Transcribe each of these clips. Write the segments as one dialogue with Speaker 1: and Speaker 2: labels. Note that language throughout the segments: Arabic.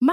Speaker 1: ما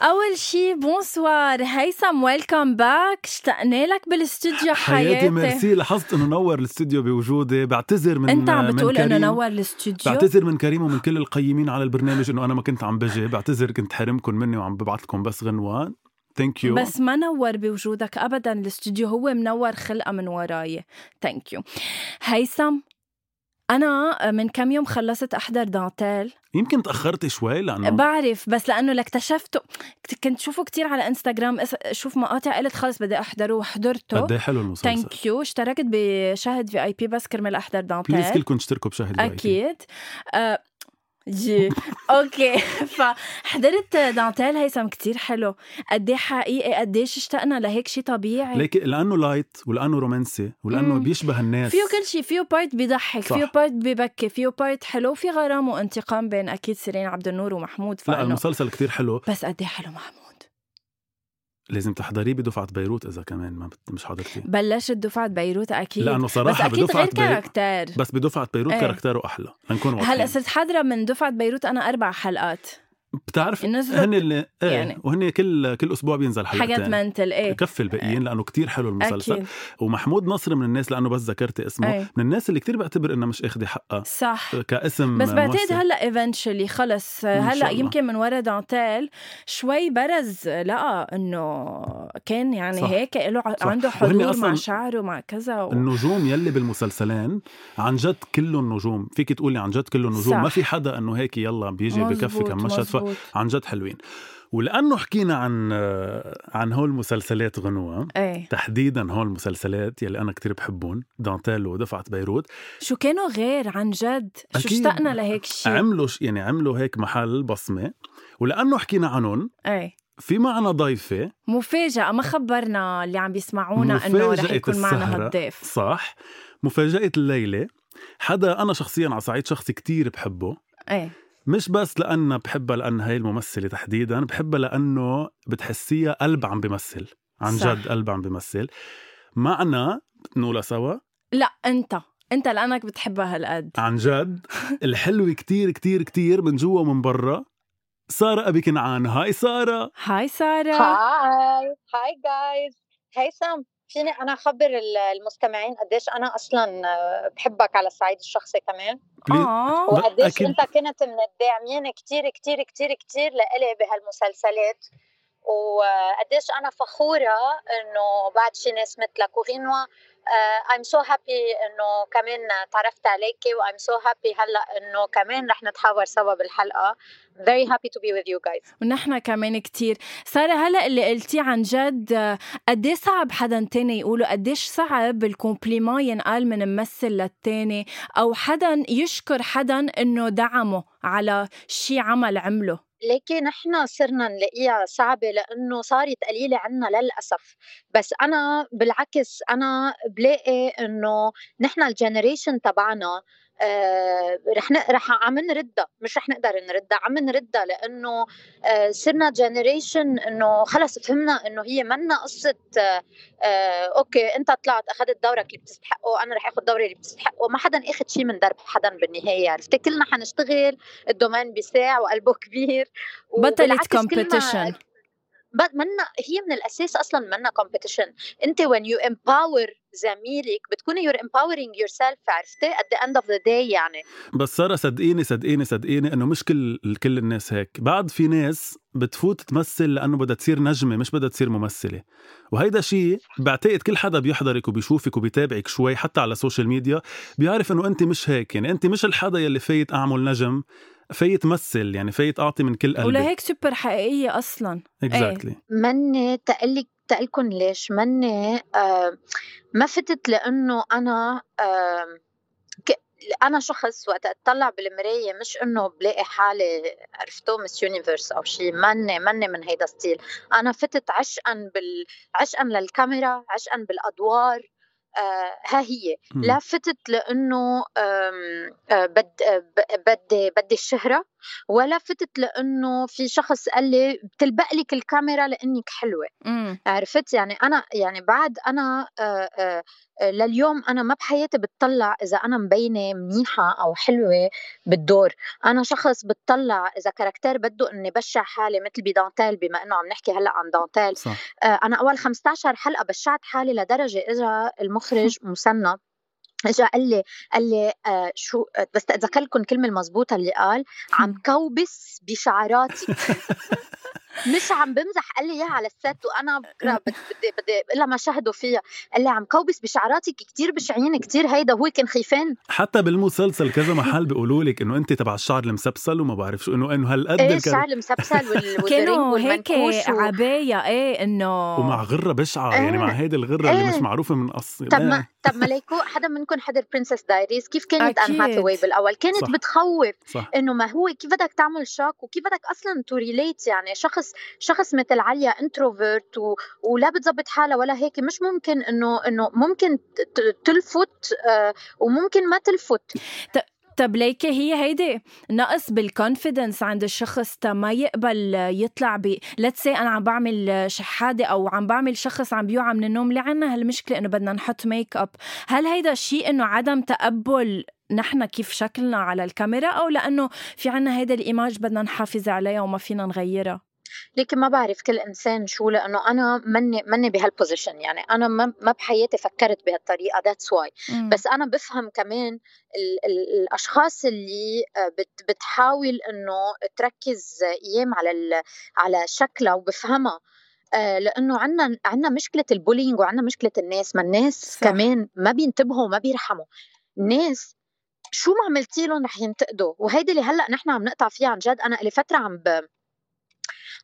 Speaker 1: أول شي بونسوار هيثم ويلكم باك اشتقنا لك بالاستوديو حياتي,
Speaker 2: حياتي ميرسي لاحظت انه نور الاستوديو بوجودي بعتذر من
Speaker 1: انت عم
Speaker 2: من
Speaker 1: بتقول انه
Speaker 2: كريم.
Speaker 1: نور الاستوديو
Speaker 2: بعتذر من كريم ومن كل القيمين على البرنامج انه انا ما كنت عم بجي بعتذر كنت حرمكم مني وعم ببعث لكم بس غنوان ثانك يو
Speaker 1: بس ما نور بوجودك ابدا الاستوديو هو منور خلقه من وراي ثانك يو هيثم انا من كم يوم خلصت احضر دانتيل
Speaker 2: يمكن تاخرت شوي لانه
Speaker 1: بعرف بس لانه لاكتشفته كنت شوفه كتير على انستغرام اس- شوف مقاطع قلت خلص بدي احضره وحضرته
Speaker 2: قد ايه حلو المسلسل
Speaker 1: ثانك يو اشتركت بشهد في اي بي بس كرمال احضر
Speaker 2: بليز
Speaker 1: دانتيل
Speaker 2: كلكم اشتركوا بشهد VIP.
Speaker 1: اكيد آه، جي اوكي فحضرت دانتيل هيثم كتير حلو قد ايه حقيقي قد ايش اشتقنا لهيك شيء طبيعي
Speaker 2: ليك لانه لايت ولانه رومانسي ولانه
Speaker 1: مم.
Speaker 2: بيشبه الناس
Speaker 1: فيه كل شيء فيه بارت بيضحك
Speaker 2: صح.
Speaker 1: فيه بارت ببكي فيه بارت حلو في غرام وانتقام بين اكيد سيرين عبد النور ومحمود
Speaker 2: لا
Speaker 1: فانه
Speaker 2: المسلسل كتير حلو
Speaker 1: بس قد ايه حلو محمود
Speaker 2: لازم تحضريه بدفعه بيروت اذا كمان ما بت- مش حضرتيه
Speaker 1: بلشت دفعه بيروت اكيد
Speaker 2: لانه
Speaker 1: بس
Speaker 2: صراحه
Speaker 1: اكيد
Speaker 2: بدفعه
Speaker 1: غير
Speaker 2: بيروت
Speaker 1: كاركتير
Speaker 2: بس بدفعه بيروت
Speaker 1: إيه.
Speaker 2: كاركتره احلى لنكون واضحين
Speaker 1: هلا صرت حاضره من دفعه بيروت انا اربع حلقات
Speaker 2: بتعرف
Speaker 1: نزلوا
Speaker 2: هن اللي ايه
Speaker 1: يعني.
Speaker 2: يعني. وهن كل كل اسبوع بينزل
Speaker 1: حاجات
Speaker 2: حلقتين
Speaker 1: منتل ايه
Speaker 2: كفي الباقيين لانه كتير حلو المسلسل
Speaker 1: اكيد
Speaker 2: ومحمود نصر من الناس لانه بس ذكرت اسمه
Speaker 1: إيه.
Speaker 2: من الناس اللي كتير بعتبر انها مش اخذه حقها
Speaker 1: صح
Speaker 2: كاسم
Speaker 1: بس بعتقد
Speaker 2: ممثل.
Speaker 1: هلا ايفنشلي خلص
Speaker 2: إن شاء
Speaker 1: هلا
Speaker 2: الله.
Speaker 1: يمكن من ورا دانتيل شوي برز لقى انه كان يعني
Speaker 2: صح.
Speaker 1: هيك له ع-
Speaker 2: صح.
Speaker 1: عنده
Speaker 2: وهن
Speaker 1: حضور مع
Speaker 2: أصلاً
Speaker 1: شعره مع كذا و...
Speaker 2: النجوم يلي بالمسلسلين عن جد كلهم نجوم فيك تقولي عن جد كلهم نجوم
Speaker 1: صح.
Speaker 2: ما في حدا انه هيك يلا بيجي بكفي
Speaker 1: مزبوط،
Speaker 2: كم مشهد
Speaker 1: مزبوط.
Speaker 2: عن جد حلوين ولانه حكينا عن عن هول المسلسلات غنوه
Speaker 1: ايه
Speaker 2: تحديدا هول المسلسلات يلي انا كتير بحبهم دانتيل ودفعه بيروت
Speaker 1: شو كانوا غير عن جد شو
Speaker 2: أكيد.
Speaker 1: اشتقنا لهيك شيء
Speaker 2: عملوا ش- يعني عملوا هيك محل بصمه ولانه حكينا عنهم
Speaker 1: ايه
Speaker 2: في معنا ضيفه
Speaker 1: مفاجأة ما خبرنا اللي عم بيسمعونا انه رح
Speaker 2: مفاجأة
Speaker 1: يكون معنا
Speaker 2: السهرة.
Speaker 1: هالضيف
Speaker 2: صح مفاجاه الليله حدا انا شخصيا على صعيد شخصي كتير بحبه
Speaker 1: ايه
Speaker 2: مش بس لأنها بحبها لأن هاي الممثلة تحديدا بحبها لأنه بتحسيها قلب عم بمثل عن
Speaker 1: صح.
Speaker 2: جد قلب عم بمثل معنا نولا سوا
Speaker 1: لا انت انت لانك بتحبها هالقد
Speaker 2: عن جد الحلوة كتير كتير كتير من جوا ومن برا سارة أبي كنعان هاي سارة
Speaker 1: هاي سارة
Speaker 3: هاي هاي جايز هيثم فيني انا اخبر ال- المستمعين قديش انا اصلا آه، بحبك على الصعيد الشخصي كمان
Speaker 2: بليز-
Speaker 1: آه.
Speaker 3: وقديش
Speaker 2: أكيد.
Speaker 3: انت كنت من الداعمين كتير كتير كتير كتير لإلي بهالمسلسلات وقديش انا فخوره انه بعد شي ناس مثلك آه، وغنوه ايم سو هابي انه كمان تعرفت عليكي وايم سو هابي هلا انه كمان رح نتحاور سوا بالحلقه very happy to be with you guys
Speaker 1: ونحن كمان كتير سارة هلا اللي قلتيه عن جد آه، قديه صعب حدا تاني يقوله قديش صعب الكومبليمون ينقال من ممثل للتاني او حدا يشكر حدا انه دعمه على شي عمل عمله
Speaker 3: لكن نحن صرنا نلاقيها صعبة لأنه صارت قليلة عنا للأسف بس أنا بالعكس أنا بلاقي إنه نحن الجنريشن تبعنا آه رح ن- رح عم نردها مش رح نقدر نردها عم نردها لانه آه صرنا جنريشن انه خلص فهمنا انه هي منا قصه آه آه اوكي انت طلعت اخذت دورك اللي بتستحقه انا رح اخذ دوري اللي بتستحقه ما حدا اخذ شيء من درب حدا بالنهايه عرفتي كلنا حنشتغل الدومين بيساع وقلبه كبير
Speaker 1: بطلت
Speaker 3: وبالعكس كل ما-
Speaker 1: كومبيتيشن
Speaker 3: منا هي من الاساس اصلا منا كومبيتيشن انت when you empower زميلك بتكوني you're empowering yourself عرفتي at the end of the day يعني
Speaker 2: بس ساره صدقيني صدقيني صدقيني انه مش كل كل الناس هيك بعد في ناس بتفوت تمثل لانه بدها تصير نجمه مش بدها تصير ممثله وهيدا شيء بعتقد كل حدا بيحضرك وبيشوفك وبيتابعك شوي حتى على السوشيال ميديا بيعرف انه انت مش هيك يعني انت مش الحدا يلي فايت اعمل نجم فايت مثل يعني فايت اعطي من كل قلبي
Speaker 1: ولهيك سوبر حقيقيه اصلا
Speaker 2: اكزاكتلي
Speaker 3: مني تقلك تقلكن ليش مني آه ما فتت لانه انا آه انا شخص وقت اتطلع بالمرايه مش انه بلاقي حالي عرفتوا مس يونيفرس او شيء مني مني من هيدا ستيل انا فتت عشقا بال عشقا للكاميرا عشقا بالادوار آه ها هي
Speaker 2: مم.
Speaker 3: لا فتت لانه آم، آه، بد آه، ب- بدي بدي الشهره ولا فتت لانه في شخص قال لي بتلبق لك الكاميرا لانك حلوه
Speaker 1: امم
Speaker 3: عرفت يعني انا يعني بعد انا آه، آه، آه، لليوم انا ما بحياتي بتطلع اذا انا مبينه منيحه او حلوه بالدور انا شخص بتطلع اذا كاركتير بده اني بشع حالي مثل بدانتيل بما انه عم نحكي هلا عن دانتيل
Speaker 2: صح
Speaker 3: آه، انا اول 15 حلقه بشعت حالي لدرجه اجى المخرج مسنى اجى قال لي قال لي آه شو آه، بس اتذكر لكم الكلمه المضبوطه اللي قال عم كوبس بشعراتي مش عم بمزح قال لي اياها على الست وانا بكره بد- بدي بدي الا ما شاهدوا فيها قال لي عم كوبس بشعراتك كتير بشعين كتير هيدا هو كان خيفان
Speaker 2: حتى بالمسلسل كذا محل بيقولوا لك انه انت تبع الشعر المسبسل وما بعرف شو انه انه هالقد الكر-
Speaker 3: ايه الشعر المسبسل وال- والرنج
Speaker 1: كانوا هيك
Speaker 3: والمنكوش و...
Speaker 1: عباية ايه انه
Speaker 2: ومع غره بشعه
Speaker 3: إيه.
Speaker 2: يعني مع هيدي الغره اللي
Speaker 3: إيه.
Speaker 2: مش معروفه من اصل
Speaker 3: طب ما طب ما ليكو حدا منكم حضر برنسس دايريز كيف كانت
Speaker 1: أكيد.
Speaker 3: ان هاثاواي بالاول كانت
Speaker 2: صح.
Speaker 3: بتخوف
Speaker 2: صح
Speaker 3: انه ما هو كيف بدك تعمل شوك وكيف بدك اصلا تو ريليت يعني شخص شخص مثل عليا انتروفيرت و... ولا بتزبط حالها ولا هيك مش ممكن انه انه ممكن ت- ت- تلفت آه، وممكن ما تلفت
Speaker 1: طب ليكي هي هيدي نقص بالكونفيدنس عند الشخص تا ما يقبل يطلع ب ليتس سي انا عم بعمل شحاده او عم بعمل شخص عم بيوعى من النوم لعنا هالمشكله انه بدنا نحط ميك اب هل هيدا شيء انه عدم تقبل نحن كيف شكلنا على الكاميرا او لانه في عنا هيدا الايماج بدنا نحافظ عليها وما فينا نغيرها
Speaker 3: لكن ما بعرف كل انسان شو لانه انا مني مني بهالبوزيشن يعني انا ما ما بحياتي فكرت بهالطريقه ذاتس واي
Speaker 1: إمم.
Speaker 3: بس انا بفهم كمان ال- ال- الاشخاص اللي آه، بت- بتحاول انه تركز ايام على ال- على شكلها وبفهمها آه، لانه عندنا عندنا مشكله البولينج وعندنا مشكله الناس ما الناس
Speaker 1: صح.
Speaker 3: صح. كمان ما بينتبهوا وما بيرحموا الناس شو ما عملتي لهم رح ينتقدوا وهيدي اللي هلا نحن عم نقطع فيها عن جد انا لي فتره عم ب...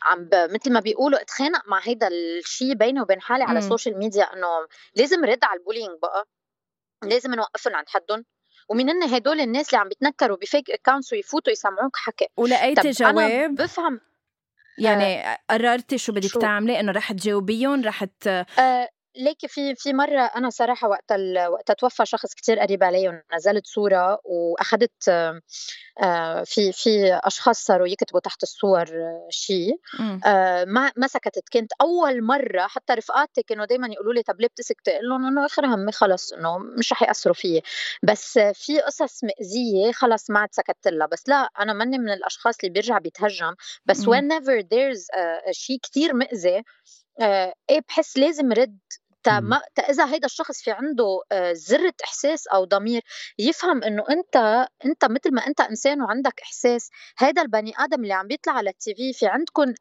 Speaker 3: عم ب... مثل ما بيقولوا اتخانق مع هيدا الشيء بيني وبين حالي على
Speaker 1: مم.
Speaker 3: السوشيال ميديا انه لازم رد على البولينج بقى لازم نوقفهم عند حدهم ومن هن هدول الناس اللي عم بيتنكروا بفيك اكونتس ويفوتوا يسمعوك حكي
Speaker 1: ولقيتي
Speaker 3: طب انا
Speaker 1: جواب
Speaker 3: بفهم
Speaker 1: يعني قررتي شو بدك
Speaker 3: شو؟
Speaker 1: تعملي انه رح تجاوبيهم رح ت...
Speaker 3: آه ليك في في مره انا صراحه وقت ال... وقت توفى شخص كتير قريب علي ونزلت صوره واخذت آه آه، في في اشخاص صاروا يكتبوا تحت الصور آه، شيء
Speaker 1: مم.
Speaker 3: آه ما ما سكتت كنت اول مره حتى رفقاتي كانوا دائما يقولوا لي طب ليه بتسكتي؟ اقول لهم انه اخر همي خلص انه مش رح ياثروا فيي بس آه، في قصص مأذيه خلص ما عاد سكتت لها بس لا انا ماني من الاشخاص اللي بيرجع بيتهجم بس
Speaker 1: مم.
Speaker 3: whenever there's آه، شيء كتير مأذي آه، ايه بحس لازم رد تا
Speaker 2: مم.
Speaker 3: ما تا اذا هيدا الشخص في عنده آه، ذره احساس او ضمير يفهم انه انت انت مثل ما انت انسان وعندك احساس هذا البني ادم اللي عم بيطلع على التي في في عندكم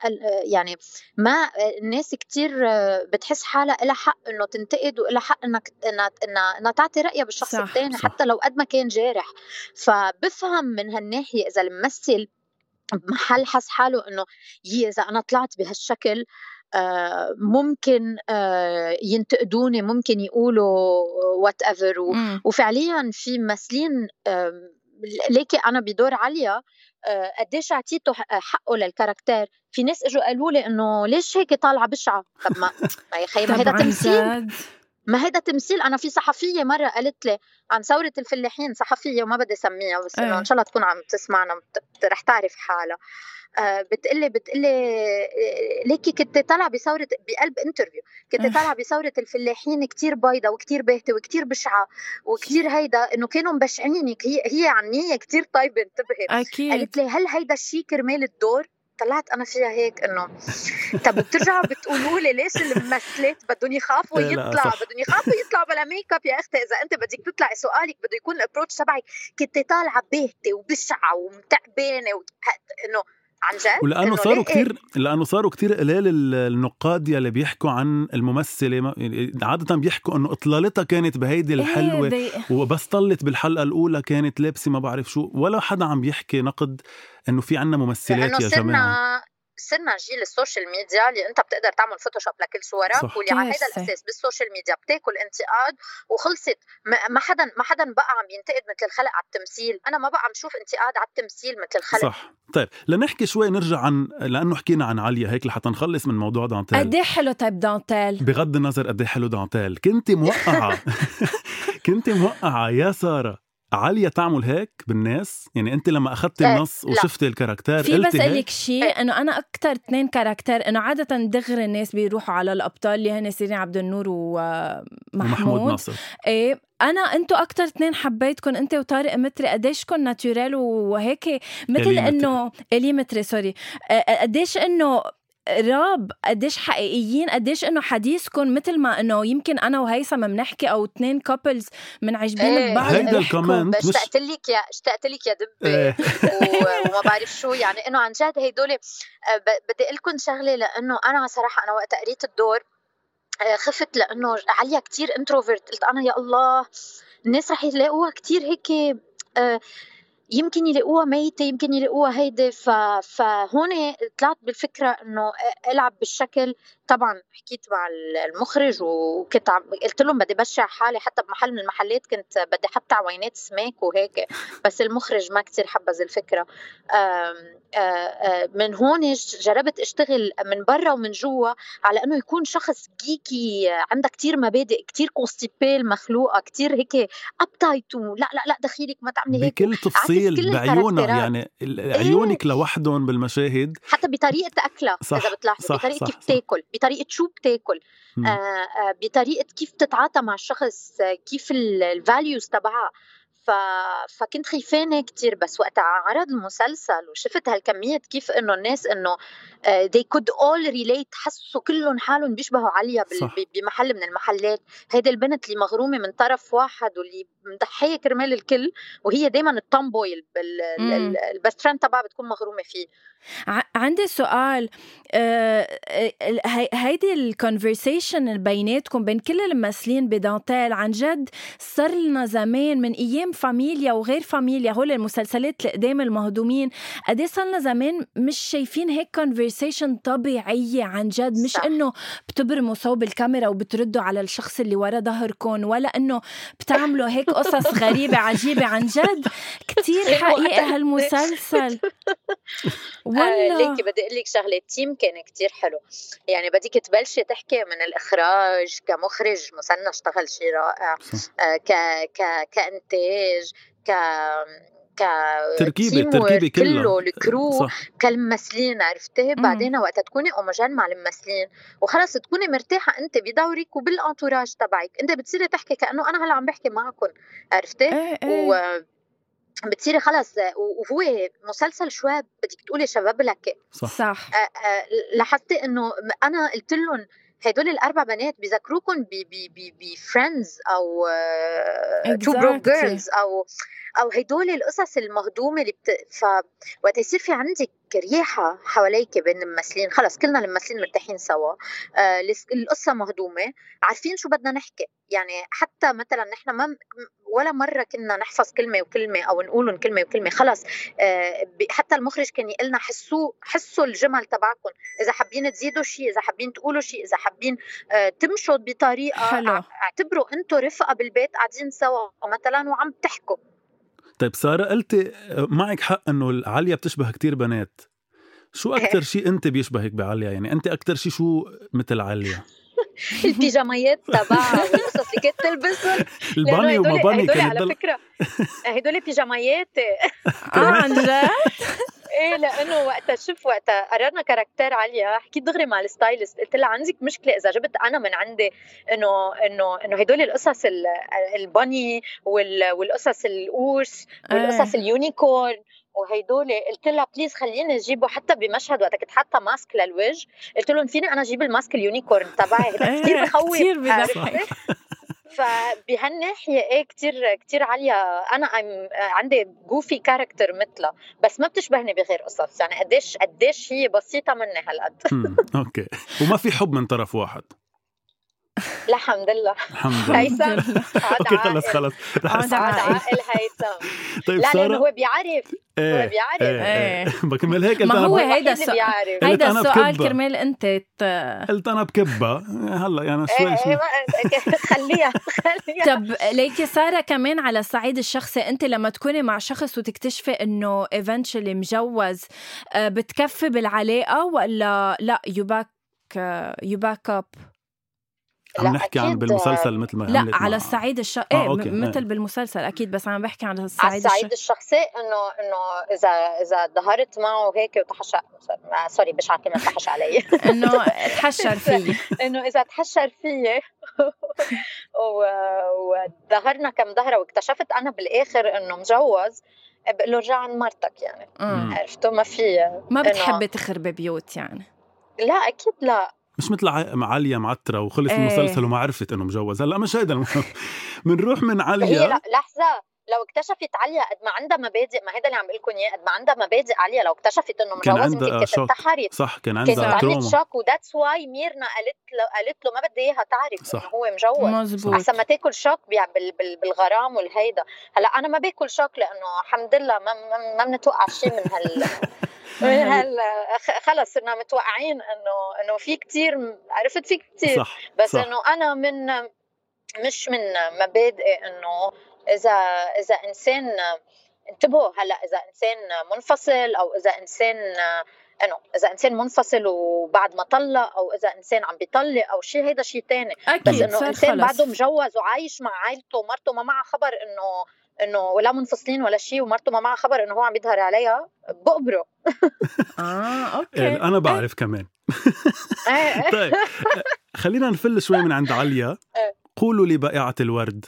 Speaker 3: يعني ما آه، الناس كتير آه، بتحس حالها لها حق انه تنتقد ولها حق انك انها انها إنها تعطي رايها بالشخص
Speaker 1: صح،
Speaker 3: الثاني
Speaker 2: صح.
Speaker 3: حتى لو قد ما كان جارح فبفهم من هالناحيه اذا الممثل بمحل حس حاله انه يي اذا انا طلعت بهالشكل آه، ممكن آه، ينتقدوني ممكن يقولوا وات ايفر
Speaker 1: مم.
Speaker 3: وفعليا في ممثلين آم، ليكي انا بدور عليا آه، قديش اعطيته حق- حقه للكاركتير في ناس اجوا قالوا لي انه ليش هيك طالعه بشعه طب ما ما يا خيي ما هيدا
Speaker 1: طب عن
Speaker 3: تمثيل
Speaker 1: جد
Speaker 3: ما هيدا تمثيل انا في صحفيه مره قالت لي عن ثوره الفلاحين صحفيه وما بدي اسميها بس انه
Speaker 1: إيه.
Speaker 3: ان شاء الله تكون عم تسمعنا بت- رح تعرف حالها آه بتقلي بتقلي آه، ليكي كنت طالعه بثوره بقلب انترفيو
Speaker 1: إيه.
Speaker 3: كنت طالعه بثوره الفلاحين كتير بيضة وكتير باهته وكتير بشعه وكتير هيدا انه كانوا مبشعينك هي هي عن نيه كتير طيبه انتبهي
Speaker 1: اكيد
Speaker 3: قالت لي هل هيدا الشيء كرمال الدور طلعت انا فيها هيك انه طب بترجعوا بتقولوا لي ليش الممثلات بدهم يخافوا
Speaker 2: لا،
Speaker 3: يطلع
Speaker 2: صح.
Speaker 3: بدهم يخافوا يطلعوا بلا ميك اب يا اختي اذا انت بدك تطلعي سؤالك بده يكون الابروتش تبعك كنت طالعه باهتة وبشعه ومتعبانه و... انه عن جد
Speaker 2: ولانه
Speaker 3: إنه
Speaker 2: صاروا
Speaker 3: ليه؟
Speaker 2: كتير لانه صاروا كتير قلال ال- النقاد يلي بيحكوا عن الممثله ما- يعني عاده بيحكوا انه اطلالتها كانت بهيدي الحلوه
Speaker 1: إيه دي-
Speaker 2: وبس طلت بالحلقه الاولى كانت لابسه ما بعرف شو ولا حدا عم بيحكي نقد انه في عنا
Speaker 3: لانه
Speaker 2: ممثلات يا جماعه
Speaker 3: صرنا صرنا جيل السوشيال ميديا اللي انت بتقدر تعمل فوتوشوب لكل
Speaker 2: صح.
Speaker 3: صورك واللي على
Speaker 1: كتير
Speaker 3: هذا
Speaker 1: صح.
Speaker 3: الاساس بالسوشيال ميديا بتاكل انتقاد وخلصت ما- ما حدا ما حدا بقى عم ينتقد مثل الخلق على التمثيل انا ما بقى عم شوف انتقاد على التمثيل مثل الخلق
Speaker 2: صح طيب لنحكي شوي نرجع عن لانه حكينا عن عليا هيك لحتى نخلص من موضوع دانتيل
Speaker 1: قد ايه حلو طيب دانتيل
Speaker 2: بغض النظر قد إيه حلو دانتيل كنت موقعه كنت موقعه يا ساره عليا تعمل هيك بالناس يعني انت لما اخذت
Speaker 3: إيه،
Speaker 2: النص
Speaker 3: لا.
Speaker 2: وشفتي الكاركتير
Speaker 1: في بس
Speaker 2: قلتي هيك
Speaker 1: لك شيء انه انا اكثر اثنين كاركتر انه عاده دغري الناس بيروحوا على الابطال اللي هن سيرين عبد النور
Speaker 2: ومحمود
Speaker 1: ومحمود
Speaker 2: ناصر
Speaker 1: ايه انا انتو اكتر اتنين حبيتكن انت وطارق متري قديش كن ناتورال وهيك مثل
Speaker 2: إلي متري.
Speaker 1: انه الي متري سوري آه، قديش انه راب قديش حقيقيين قديش انه حديثكم مثل ما انه يمكن انا وهيثم بنحكي او اتنين كابلز منعجبين
Speaker 3: إيه.
Speaker 1: ببعض
Speaker 2: هيدا
Speaker 1: بيحكوا.
Speaker 2: الكومنت
Speaker 3: بس
Speaker 2: مش
Speaker 3: اشتقت لك يا اشتقت لك يا دبه
Speaker 2: إيه.
Speaker 3: و- وما بعرف شو يعني انه عن جد هدول آه، ب- بدي اقول لكم شغله لانه انا صراحه انا وقت قريت الدور آه، خفت لانه عليا كتير انتروفيرت قلت انا يا الله الناس رح يلاقوها كتير هيك آه، يمكن يلاقوها ميتة يمكن يلاقوها هيدي ف... فهون طلعت بالفكرة انه العب بالشكل طبعا حكيت مع المخرج وكنت عم... قلت لهم بدي بشع حالي حتى بمحل من المحلات كنت بدي حط عوينات سماك وهيك بس المخرج ما كتير حبذ الفكرة آم، آ- آ- من هون جربت اشتغل من برا ومن جوا على انه يكون شخص جيكي عندها كتير مبادئ كتير كونستيبيل مخلوقه كتير هيك ابتايت لا لا لا دخيلك ما تعملي هيك
Speaker 2: بكل تفصيل
Speaker 3: كل إيه.
Speaker 2: بعيونها
Speaker 3: الكاركترات.
Speaker 2: يعني ال- عيونك لوحدهم بالمشاهد
Speaker 3: حتى بطريقه اكلها
Speaker 2: صح،
Speaker 3: اذا بتلاحظي
Speaker 2: صح،
Speaker 3: بطريقه
Speaker 2: صح،
Speaker 3: كيف
Speaker 2: صح.
Speaker 3: تاكل بطريقه شو بتاكل
Speaker 2: مم.
Speaker 3: آه، آه، بطريقه كيف تتعاطى مع الشخص آه، كيف الفاليوز تبعها ف... فكنت خيفانه كتير بس وقت عرض المسلسل وشفت هالكميه كيف انه الناس انه آه، they could all relate حسوا كلهم حالهم بيشبهوا عليا بال...
Speaker 2: صح.
Speaker 3: ب- بمحل من المحلات هيدي البنت اللي مغرومه من طرف واحد واللي مضحيه كرمال الكل وهي دائما التامبوي ال- ال-
Speaker 1: مم.
Speaker 3: ال- البست فريند تبعها بتكون مغرومه فيه
Speaker 1: ع- عندي سؤال آه، آه، ال- هي- هيدي الكونفرسيشن بيناتكم بين كل الممثلين بدانتيل عن جد صار لنا زمان من ايام فاميليا وغير فاميليا هول المسلسلات القدام المهضومين قد إيه صار لنا زمان مش شايفين هيك كونفرسيشن طبيعيه عن جد مش
Speaker 3: صح.
Speaker 1: انه بتبرموا صوب الكاميرا وبتردوا على الشخص اللي ورا ظهركم ولا انه بتعملوا هيك قصص غريبه عجيبه عن جد
Speaker 3: إيه،
Speaker 1: كتير حقيقي هالمسلسل
Speaker 3: آه،
Speaker 1: والله
Speaker 3: ليكي بدي اقول لك شغله التيم كان كتير حلو يعني بدك تبلشي تحكي من الاخراج كمخرج مسنى اشتغل شيء رائع
Speaker 2: صح.
Speaker 3: آه، ك ك كانتاج ك ك
Speaker 2: تركيبة-
Speaker 3: team work
Speaker 2: تركيبة كلها.
Speaker 3: كله الكرو
Speaker 2: صح
Speaker 3: كالممثلين عرفتي
Speaker 1: مم.
Speaker 3: بعدين وقت تكوني اومجان مع الممثلين وخلص تكوني مرتاحه انت بدورك وبالانتوراج تبعك انت بتصيري تحكي كانه انا هلا عم بحكي معكم
Speaker 2: إيه،
Speaker 3: عرفتي
Speaker 1: ايه ايه
Speaker 3: و بتصيري خلص وهو مسلسل شواب بدك تقولي شباب لك
Speaker 2: صح
Speaker 1: صح
Speaker 3: آه، آه، لاحظتي انه م- انا قلت لهم هدول الاربع بنات بذكروكم بفريندز او تو بروك
Speaker 1: Exactly.
Speaker 3: جيرلز او او هدول القصص المهضومه اللي بت... ف وقت يصير في عندك رياحه حواليك بين الممثلين خلص كلنا الممثلين مرتاحين سوا آه، الس- القصه مهضومه عارفين شو بدنا نحكي يعني حتى مثلا نحن ما م- ولا مره كنا نحفظ كلمه وكلمه او نقولهم كلمه وكلمه خلص آه، ب- حتى المخرج كان يقول لنا حسوا حسوا الجمل تبعكم اذا حابين تزيدوا شيء اذا حابين تقولوا شيء اذا حابين آه، تمشوا بطريقه
Speaker 1: حلو.
Speaker 3: ع- اعتبروا انتم رفقه بالبيت قاعدين سوا مثلا وعم تحكوا
Speaker 2: طيب ساره قلتي آه، معك حق انه عليا بتشبه كتير بنات شو
Speaker 3: إيه.
Speaker 2: اكثر شيء انت بيشبهك بعليا يعني انت اكثر شيء شو مثل عليا
Speaker 3: البيجاميات تبعها والقصص اللي كانت تلبسهم لأنه
Speaker 2: الباني
Speaker 3: هدول-
Speaker 2: وما باني
Speaker 3: هدول
Speaker 2: كانت
Speaker 3: على
Speaker 2: ضل
Speaker 3: فكره هدول بيجاميات آه،
Speaker 1: اه عن جد
Speaker 3: ايه لانه وقتها شوف وقتها قررنا كاركتير عليا حكيت دغري مع الستايلست قلت لها عندك مشكله اذا جبت انا من عندي انه انه انه هدول القصص
Speaker 1: آه.
Speaker 3: ال- البني وال- والقصص القوس والقصص اليونيكورن وهيدول قلت لها بليز خليني اجيبه حتى بمشهد وقت كنت حاطه ماسك للوجه قلت لهم فيني انا اجيب الماسك اليونيكورن تبعي هيدا كثير بخوف
Speaker 1: كثير
Speaker 3: عرفتي؟
Speaker 1: بضحك
Speaker 3: فبهالناحيه ايه كثير كثير عاليه انا I'm- عندي جوفي كاركتر مثلها بس ما بتشبهني بغير قصص يعني قديش قديش هي بسيطه مني هالقد
Speaker 2: مم، اوكي وما في حب من طرف واحد
Speaker 3: لا الحمد لله
Speaker 2: الحمد لله
Speaker 1: هيثم.
Speaker 3: هيثم عاد
Speaker 2: اوكي خلص
Speaker 3: عاقل.
Speaker 2: خلص رح
Speaker 1: عاد
Speaker 2: أسأل.
Speaker 3: عاد
Speaker 1: عاقل.
Speaker 3: عاقل هيثم
Speaker 2: طيب
Speaker 3: لا لانه
Speaker 2: ساره
Speaker 3: هو بيعرف هو
Speaker 2: ايه
Speaker 3: بيعرف
Speaker 2: ايه
Speaker 1: إيه.
Speaker 2: ايه بكمل هيك قلت
Speaker 1: ما
Speaker 2: انا
Speaker 1: هو
Speaker 2: ب-
Speaker 1: هيدا
Speaker 3: الوحيد
Speaker 1: السؤال.
Speaker 3: بيعرف
Speaker 2: قلت
Speaker 1: هيدا
Speaker 2: أنا
Speaker 1: السؤال
Speaker 2: بكبها.
Speaker 1: كرمال انت ت-
Speaker 2: قلت انا بكبها هلا يعني شوي
Speaker 3: ايه
Speaker 2: شوي
Speaker 3: ايه ما- خليها خليها
Speaker 1: طب ليكي ساره كمان على الصعيد الشخصي انت لما تكوني مع شخص وتكتشفي انه ايفنشلي مجوز آه، بتكفي بالعلاقه ولا لا آه، يو باك يو باك اب
Speaker 3: لا،
Speaker 2: عم نحكي عن
Speaker 3: أكيد،
Speaker 2: بالمسلسل مثل ما
Speaker 1: لا
Speaker 2: عملت
Speaker 1: على
Speaker 2: مع-
Speaker 1: الصعيد الش ايه
Speaker 2: أوكي،
Speaker 1: م-
Speaker 2: إيه.
Speaker 1: مثل بالمسلسل اكيد بس عم بحكي على
Speaker 3: على
Speaker 1: الصعيد
Speaker 3: الصعيد
Speaker 1: الشخصي
Speaker 3: الشخصي انه انه اذا اذا ظهرت معه هيك وتحشى آه، سوري مش عارفه ما تحش علي
Speaker 1: انه تحشر فيه
Speaker 3: انه اذا تحشر فيي و- وظهرنا كم ظهره واكتشفت انا بالاخر انه مجوز بقول له ارجع عن مرتك يعني
Speaker 1: آه.
Speaker 3: عرفتوا ما في
Speaker 1: ما
Speaker 3: إنه-
Speaker 1: بتحبي تخربي بيوت يعني
Speaker 3: لا اكيد لا
Speaker 2: مش مثل ع- مع عليا معترة وخلص
Speaker 1: إيه.
Speaker 2: المسلسل وما عرفت انه مجوز هلا مش هيدا المهم بنروح من
Speaker 3: هي
Speaker 2: عليا
Speaker 3: لا لحظه لو اكتشفت عليا قد ما عندها مبادئ ما هذا اللي عم بقول لكم اياه قد ما عندها مبادئ عليا لو اكتشفت انه
Speaker 2: كان
Speaker 3: مجوز
Speaker 2: عندها
Speaker 3: يمكن كانت
Speaker 2: شوك.
Speaker 3: انتحرت
Speaker 2: صح كان
Speaker 3: كانت
Speaker 2: عندها
Speaker 3: عملت
Speaker 2: تروما
Speaker 3: شوك وذاتس واي ميرنا قالت له قالت له ما بدي اياها تعرف
Speaker 2: صح.
Speaker 3: صح. هو مجوز
Speaker 1: مزبوط
Speaker 3: احسن ما تاكل شوك بيع- بال- بال- بالغرام والهيدا هلا انا ما باكل شوك لانه الحمد لله ما ما- ما بنتوقع شيء من هال من هال خ- خلص صرنا متوقعين انه انه في كتير عرفت في كتير
Speaker 2: صح
Speaker 3: بس
Speaker 2: صح.
Speaker 3: انه انا من مش من مبادئي انه اذا اذا انسان انتبهوا هلا اذا انسان منفصل او اذا انسان انه اذا انسان منفصل وبعد ما طلق او اذا انسان عم بيطلق او شيء هيدا شيء تاني بس
Speaker 2: طيب،
Speaker 1: اكيد
Speaker 3: انه
Speaker 1: صار
Speaker 3: انسان بعده
Speaker 1: خلص
Speaker 3: مجوز وعايش مع عائلته ومرته ما معها خبر انه انه ولا منفصلين ولا شيء ومرته ما معها خبر انه هو عم يظهر عليها بقبره
Speaker 1: اه
Speaker 2: إيه،
Speaker 1: اوكي
Speaker 2: انا بعرف كمان
Speaker 3: إيه.
Speaker 2: طيب خلينا نفل شوي من عند عليا
Speaker 3: إيه.
Speaker 2: قولوا لي بائعة الورد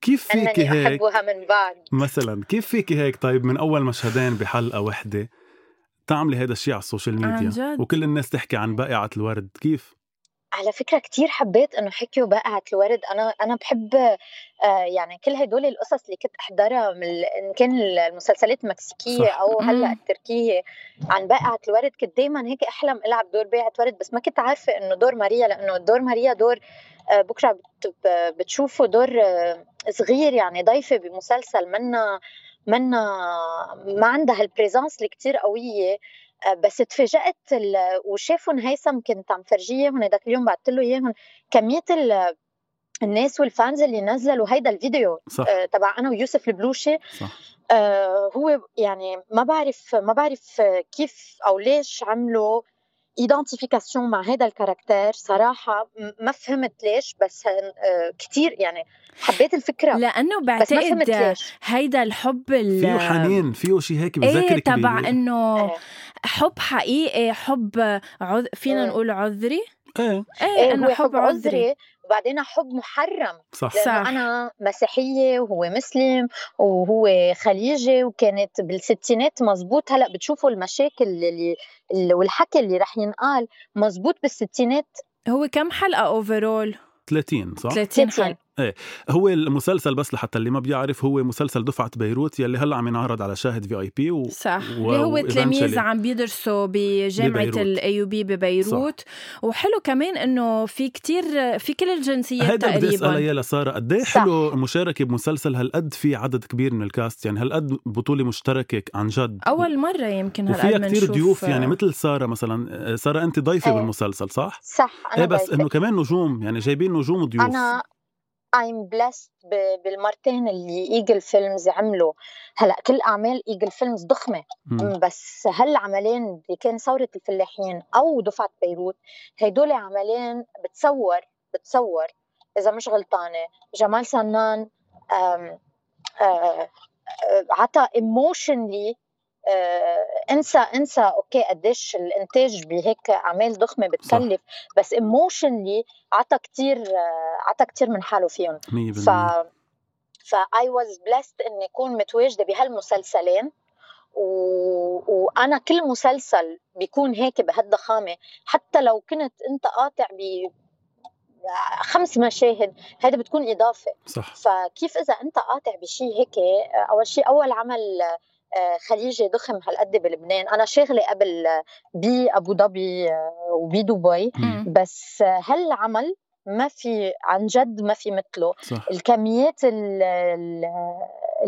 Speaker 2: كيف فيكي
Speaker 3: انني
Speaker 2: هيك
Speaker 3: احبها من بعد
Speaker 2: مثلا كيف فيكي هيك طيب من اول مشهدين بحلقه وحده تعملي هذا الشيء على السوشيال
Speaker 1: عن
Speaker 2: ميديا
Speaker 1: جد.
Speaker 2: وكل الناس تحكي عن بائعة الورد كيف
Speaker 3: على فكرة كتير حبيت إنه حكيوا بقعة الورد أنا أنا بحب آه، يعني كل هدول القصص اللي كنت أحضرها من ال- إن كان المسلسلات المكسيكية
Speaker 2: صح.
Speaker 3: أو هلا
Speaker 1: مم.
Speaker 3: التركية عن بقعة الورد كنت دايما هيك أحلم ألعب دور بقعة ورد بس ما كنت عارفة إنه دور ماريا لأنه دور ماريا دور آه، بكرة بت- ب- بتشوفوا دور آه، صغير يعني ضيفة بمسلسل منا منا ما عندها البريزانس اللي كتير قوية آه، بس تفاجأت ال- وشافهم هيثم كنت عم فرجيه اياهم هداك اليوم بعثت له اياهم كمية ال- الناس والفانز اللي نزلوا هيدا الفيديو
Speaker 2: صح
Speaker 1: إيه.
Speaker 3: آه، تبع انا ويوسف البلوشي
Speaker 2: صح
Speaker 3: آه، هو يعني ما بعرف ما بعرف كيف او ليش عملوا ايدنتيفيكاسيون مع هذا الكاركتير صراحه م- ما فهمت ليش بس هن- آه، كتير يعني حبيت الفكره
Speaker 1: لانه
Speaker 3: بس ما فهمت
Speaker 1: بعتقد
Speaker 3: ليش
Speaker 1: هيدا الحب ال-
Speaker 2: فيه حنين فيه شيء هيك
Speaker 1: ايه
Speaker 2: بذكرك
Speaker 1: تبع
Speaker 2: بال-
Speaker 1: انه
Speaker 3: إيه.
Speaker 1: حب حقيقي حب عذ... فينا
Speaker 3: مم.
Speaker 1: نقول عذري
Speaker 2: ايه
Speaker 1: ايه
Speaker 3: إيه هو
Speaker 1: انه حب عذري
Speaker 3: وبعدين حب محرم
Speaker 2: صح
Speaker 1: لا.
Speaker 3: لانه
Speaker 1: صح.
Speaker 3: انا مسيحيه وهو مسلم وهو خليجي وكانت بالستينات مزبوط هلا بتشوفوا المشاكل اللي اللي- والحكي اللي رح ينقال مزبوط بالستينات
Speaker 1: هو كم حلقه اوفرول
Speaker 2: 30 صح
Speaker 1: 30
Speaker 3: 30.
Speaker 1: حلقه
Speaker 2: هو المسلسل بس لحتى اللي ما بيعرف هو مسلسل دفعة بيروت يلي هلا عم ينعرض على شاهد في اي بي و...
Speaker 1: صح
Speaker 2: و-
Speaker 1: اللي هو
Speaker 2: وإيفانجيلي.
Speaker 1: تلاميذ عم بيدرسوا بجامعه
Speaker 2: ببيروت.
Speaker 1: الايوبي ببيروت وحلو كمان انه في كتير في كل الجنسيات
Speaker 2: هيدا بدي اسالها
Speaker 1: تقريبا
Speaker 2: يا لساره قد ايه
Speaker 3: صح.
Speaker 2: حلو المشاركه بمسلسل هالقد في عدد كبير من الكاست يعني هالقد بطوله مشتركه عن جد
Speaker 1: اول مره يمكن هلا
Speaker 2: وفيها كثير
Speaker 1: كثير
Speaker 2: ضيوف يعني مثل آه، ساره مثلا ساره انت ضيفه
Speaker 3: إيه.
Speaker 2: بالمسلسل صح؟
Speaker 3: صح انا
Speaker 2: ايه بس
Speaker 3: بعرف.
Speaker 2: انه كمان نجوم يعني جايبين نجوم ضيوف
Speaker 3: انا I'm blessed ب- بالمرتين اللي ايجل فيلمز عملوا هلا كل اعمال ايجل فيلمز ضخمه
Speaker 2: مم.
Speaker 3: آه، إمم، بس هالعملين اللي كان ثورة الفلاحين أو دفعة بيروت هيدول عملين بتصور بتصور إذا مش غلطانة جمال سنان آم، آه، آه، عطى ايموشنلي انسى انسى اوكي قديش الانتاج بهيك اعمال ضخمه بتكلف بس ايموشنلي عطى كتير آه، عطى كتير من حاله فيهم
Speaker 2: 100%
Speaker 3: ف فاي واز بليست اني اكون متواجده بهالمسلسلين و... وانا كل مسلسل بيكون هيك بهالضخامه حتى لو كنت انت قاطع ب خمس مشاهد هيدا بتكون اضافه
Speaker 2: صح
Speaker 3: فكيف اذا انت قاطع بشيء هيك اول شيء اول عمل آه، خليجي ضخم هالقد بلبنان انا شاغله قبل بابو ظبي آه، وبدبي
Speaker 1: مم.
Speaker 3: بس هالعمل ما في عن جد ما في مثله
Speaker 2: صح
Speaker 3: الكميات ال ال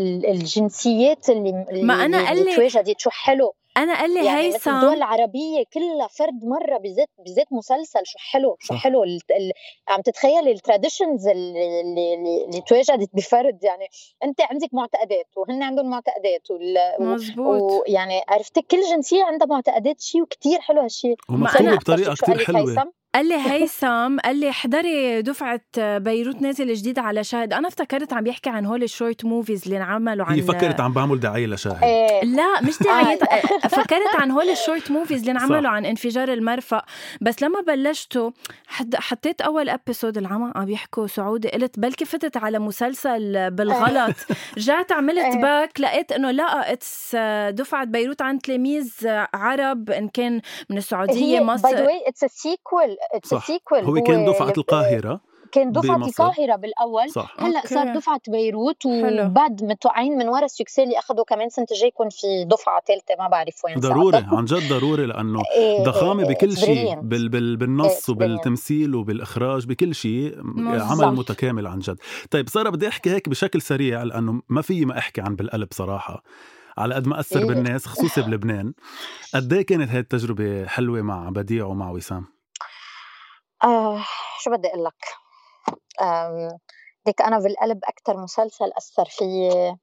Speaker 3: ال- الجنسيات اللي
Speaker 1: ما أنا
Speaker 3: اللي-
Speaker 1: قال لي-
Speaker 3: اللي تواجدت شو حلو
Speaker 1: انا قال لي
Speaker 3: يعني مثل الدول
Speaker 1: هيثم
Speaker 3: العربية كلها فرد مرة بذات بذات مسلسل شو حلو شو
Speaker 2: صح.
Speaker 3: حلو ال... ال... عم تتخيلي التراديشنز اللي... اللي... اللي تواجدت بفرد يعني أنت عندك معتقدات وهن عندهم معتقدات وال... و...
Speaker 1: مزبوط
Speaker 3: ويعني عرفتي كل جنسية عندها معتقدات شيء وكتير حلو هالشيء
Speaker 1: أنا-
Speaker 2: ومكتوبه بطريقه
Speaker 3: شو
Speaker 2: كتير
Speaker 3: قال لك
Speaker 2: حلوه
Speaker 3: هيثم؟
Speaker 1: قال لي هيثم قال لي احضري دفعه بيروت نازل جديد على شاهد انا افتكرت عم بيحكي عن هول الشورت موفيز اللي انعملوا عن
Speaker 2: هي فكرت عم بعمل دعايه لشاهد
Speaker 3: إيه.
Speaker 1: لا مش دعايات فكرت عن هول الشورت موفيز اللي انعملوا
Speaker 2: صح.
Speaker 1: عن انفجار المرفأ بس لما بلشته حد حطيت اول ابيسود العمى عم يحكوا سعودي قلت بلكي فتت على مسلسل بالغلط رجعت عملت
Speaker 3: إيه.
Speaker 1: باك لقيت انه لا اتس دفعه بيروت عن تلاميذ عرب ان كان من السعوديه
Speaker 3: هي باي ذا
Speaker 1: مصر
Speaker 3: واي اتس سيكول اتس
Speaker 2: صح.
Speaker 3: سيكول
Speaker 2: هو كان دفعه القاهره
Speaker 3: كان دفعة
Speaker 2: بمصر.
Speaker 3: القاهرة بالأول
Speaker 2: صح
Speaker 1: أوكي.
Speaker 3: هلا صار دفعة بيروت
Speaker 1: حلو.
Speaker 3: وبعد متوقعين من ورا السكسي اللي اخذوا كمان سنة الجاي يكون في دفعة ثالثة ما بعرف وين إيه،
Speaker 2: ضروري عن جد ضروري لانه ضخامه بكل شيء بال بال بالنص
Speaker 3: It's brilliant.
Speaker 2: وبالتمثيل وبالاخراج بكل شيء عمل
Speaker 1: صح.
Speaker 2: متكامل عن جد طيب ساره بدي احكي هيك بشكل سريع لانه ما في ما احكي عن بالقلب صراحه على قد ما اثر
Speaker 3: إيه.
Speaker 2: بالناس خصوصي بلبنان قد ايه كانت هاي التجربه حلوه مع بديع ومع وسام
Speaker 3: آه شو بدي اقول لك آم، ديك انا بالقلب اكثر مسلسل اثر فيي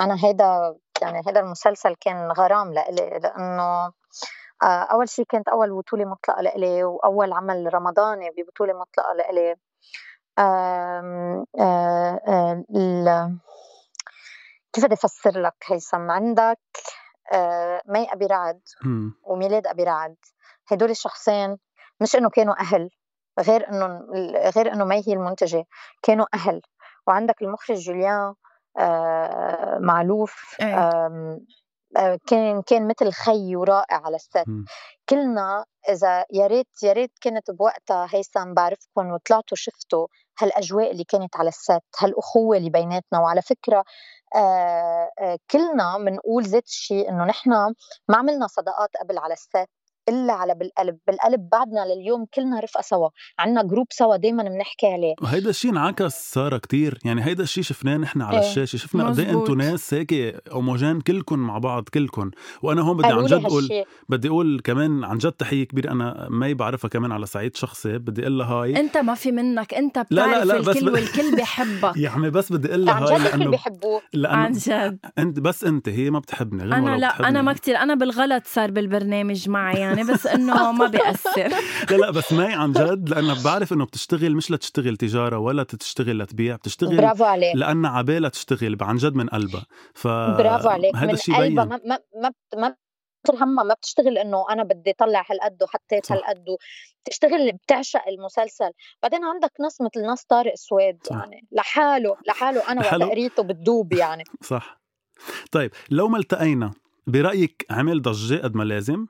Speaker 3: انا هيدا يعني هيدا المسلسل كان غرام لإلي لانه آه، اول شيء كانت اول بطوله مطلقه لإلي واول عمل رمضاني ببطوله مطلقه لإلي آم، آه، آه، ال- كيف بدي افسر لك هيثم عندك آه، مي ابي رعد
Speaker 2: مم.
Speaker 3: وميلاد ابي رعد هدول الشخصين مش انه كانوا اهل غير انه غير انه مي هي المنتجه كانوا اهل وعندك المخرج جوليان آه، معلوف
Speaker 1: إيه.
Speaker 3: آم، آه، كان كان مثل خي ورائع على الست
Speaker 2: مم.
Speaker 3: كلنا اذا يا ريت يا ريت كنت بوقتها هيثم بعرفكم وطلعتوا شفتوا هالاجواء اللي كانت على الست هالاخوه اللي بيناتنا وعلى فكره آه آه كلنا بنقول ذات الشيء انه نحن ما عملنا صداقات قبل على الست الا على بالقلب بالقلب بعدنا لليوم كلنا رفقه سوا عندنا جروب سوا دائما بنحكي عليه
Speaker 2: وهيدا الشيء انعكس ساره كتير يعني هيدا الشيء شفناه نحن على
Speaker 3: إيه.
Speaker 2: الشاشه شفنا قد ايه
Speaker 1: مزبوط.
Speaker 2: انتم ناس هيك اوموجين كلكم مع بعض كلكم وانا هون بدي عن
Speaker 3: قالوا لي
Speaker 2: جد اقول
Speaker 3: هالشيء
Speaker 2: بدي اقول كمان عن جد تحيه كبيره انا ما بعرفها كمان على صعيد شخصي بدي اقول لها هاي
Speaker 1: انت ما في منك انت
Speaker 2: إيه؟ لا،
Speaker 1: بتعرف
Speaker 2: لا، بس
Speaker 1: الكل
Speaker 2: بد-
Speaker 1: والكل بحبك
Speaker 2: يا عمي بس بدي اقول لها
Speaker 3: عن
Speaker 2: هاي
Speaker 3: جد الكل
Speaker 2: لانه
Speaker 3: بيحبوه
Speaker 1: عن
Speaker 2: لانه
Speaker 1: جد
Speaker 2: انت بس انت هي ما بتحبني غير
Speaker 1: انا
Speaker 2: والله
Speaker 1: لا
Speaker 2: بتحبني.
Speaker 1: انا ما كتير انا بالغلط صار بالبرنامج معي يعني بس انه ما بيأثر
Speaker 2: لا لا بس ماي عن جد لانه بعرف انه بتشتغل مش لتشتغل تجاره ولا تشتغل لتبيع بتشتغل
Speaker 3: برافو عليك
Speaker 2: لأن عبالها تشتغل عن جد من قلبها ف
Speaker 3: برافو عليك
Speaker 2: آه، هذا
Speaker 3: من
Speaker 2: الشيء
Speaker 3: قلبها
Speaker 2: بين
Speaker 3: ما ما ما بت- ما بتشتغل همها ما بتشتغل انه انا بدي طلع هالقد وحطيت
Speaker 2: صح.
Speaker 3: هالقد و- بتشتغل بتعشق المسلسل بعدين عندك ناس مثل ناس طارق سويد
Speaker 2: صح.
Speaker 3: يعني لحاله لحاله انا وقت
Speaker 2: لحاله.
Speaker 3: قريته بتدوب يعني
Speaker 2: صح طيب لو ما التقينا برايك عمل ضجه قد ما لازم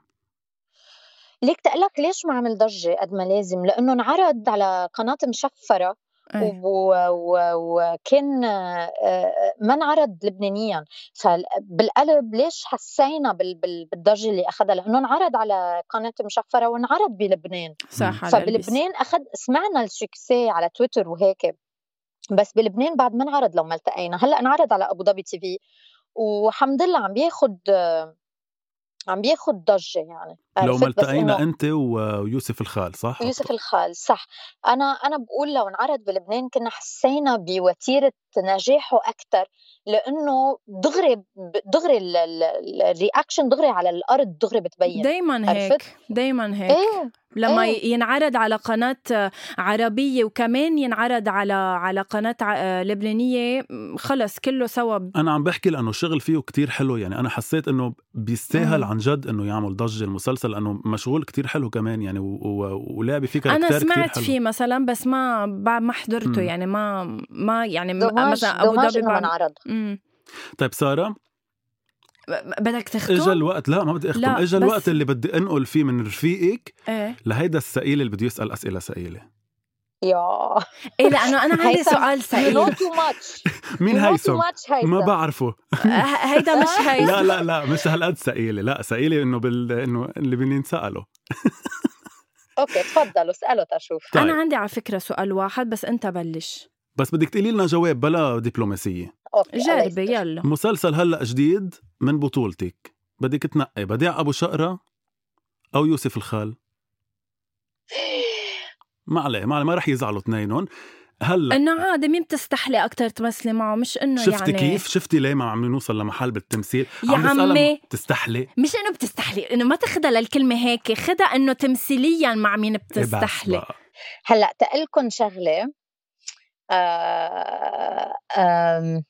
Speaker 3: ليك تقلك ليش ما عمل ضجه قد ما لازم لانه انعرض على قناه مشفره
Speaker 1: إيه.
Speaker 3: و-
Speaker 2: أيوة.
Speaker 3: و- وكان آه، آه، ما انعرض لبنانيا فبالقلب ليش حسينا بال- بال- بالضجه اللي اخذها لانه انعرض على قناه مشفره وانعرض بلبنان
Speaker 1: صح على قلبي.
Speaker 3: فبلبنان اخذ سمعنا السكسي على تويتر وهيك بس بلبنان بعد ما انعرض لو ما التقينا هلا انعرض على ابو ظبي تي في والحمد لله عم بياخد عم بياخد ضجه يعني
Speaker 2: لو
Speaker 3: عرفت؟
Speaker 2: ما
Speaker 3: بس
Speaker 2: التقينا
Speaker 3: إنه
Speaker 2: انت و- ويوسف الخال صح
Speaker 3: يوسف الخال صح انا انا بقول لو انعرض بلبنان كنا حسينا بوتيره نجاحه اكثر لانه دغري دغري ال- ال- ال- الرياكشن دغري على الارض دغري بتبين
Speaker 1: دايما هيك
Speaker 3: عرفت؟
Speaker 1: دايما هيك
Speaker 3: ايه
Speaker 1: لما
Speaker 3: إيه.
Speaker 1: ينعرض على قناة عربية وكمان ينعرض على على قناة ع- لبنانية م- خلص كله سوا ب-
Speaker 2: انا عم بحكي لانه الشغل فيه كتير حلو يعني انا حسيت انه بيستاهل
Speaker 1: مم.
Speaker 2: عن جد انه يعمل ضجه المسلسل لانه مشغول كتير حلو كمان يعني و- و- ولعب فيه كاركتير
Speaker 1: انا
Speaker 2: كتير
Speaker 1: سمعت
Speaker 2: حلو.
Speaker 1: فيه مثلا بس ما ب- ما حضرته
Speaker 2: مم.
Speaker 1: يعني ما ما يعني م-
Speaker 3: دوماج
Speaker 1: مثلا ابو
Speaker 3: دوماج
Speaker 1: ظبي
Speaker 3: انه
Speaker 1: بعد-
Speaker 3: منعرض
Speaker 1: مم.
Speaker 2: طيب ساره
Speaker 1: ب- بدك
Speaker 2: اجى
Speaker 1: تختم؟
Speaker 2: الوقت لا ما بدي اختم
Speaker 1: لا،
Speaker 2: اجى
Speaker 1: بس-
Speaker 2: الوقت اللي بدي انقل فيه من رفيقك
Speaker 1: ايه
Speaker 2: لهيدا السئيل اللي بده يسال اسئله سئيله
Speaker 3: يا
Speaker 1: ايه لانه انا عندي
Speaker 3: هيثم،
Speaker 1: سؤال
Speaker 3: نو
Speaker 1: سعيد
Speaker 3: تو ماتش
Speaker 2: مين هيثم ما
Speaker 3: ما
Speaker 2: بعرفه
Speaker 1: ه- هيدا مش هي
Speaker 2: لا لا لا مش هالقد سئيله لا سئيله انه بال انه اللي بنساله
Speaker 3: اوكي تفضلوا اسالوا تشوف
Speaker 2: طيب.
Speaker 1: انا عندي على فكره سؤال واحد بس انت بلش
Speaker 2: بس بدك تقولي لنا جواب بلا دبلوماسيه
Speaker 3: اوكي الله
Speaker 1: جربي
Speaker 3: يستر.
Speaker 1: يلا
Speaker 2: مسلسل هلا جديد من بطولتك بدك تنقي بديع ابو شقره او يوسف الخال ما عليه ما عليه ما رح يزعلوا اثنينهم هلا
Speaker 1: انه عادي مين بتستحلي اكثر تمثلي معه مش انه يعني
Speaker 2: شفتي كيف شفتي ليه ما عم نوصل لمحل بالتمثيل
Speaker 1: يا
Speaker 2: عم بسألها
Speaker 1: عمي.
Speaker 2: م- تستحلي إيه،
Speaker 1: مش انه بتستحلي انه ما تاخدها للكلمه هيك خدها انه تمثيليا مع مين
Speaker 2: إيه بس
Speaker 1: بتستحلي
Speaker 2: بقى.
Speaker 3: هلا تقلكم شغله آه آم،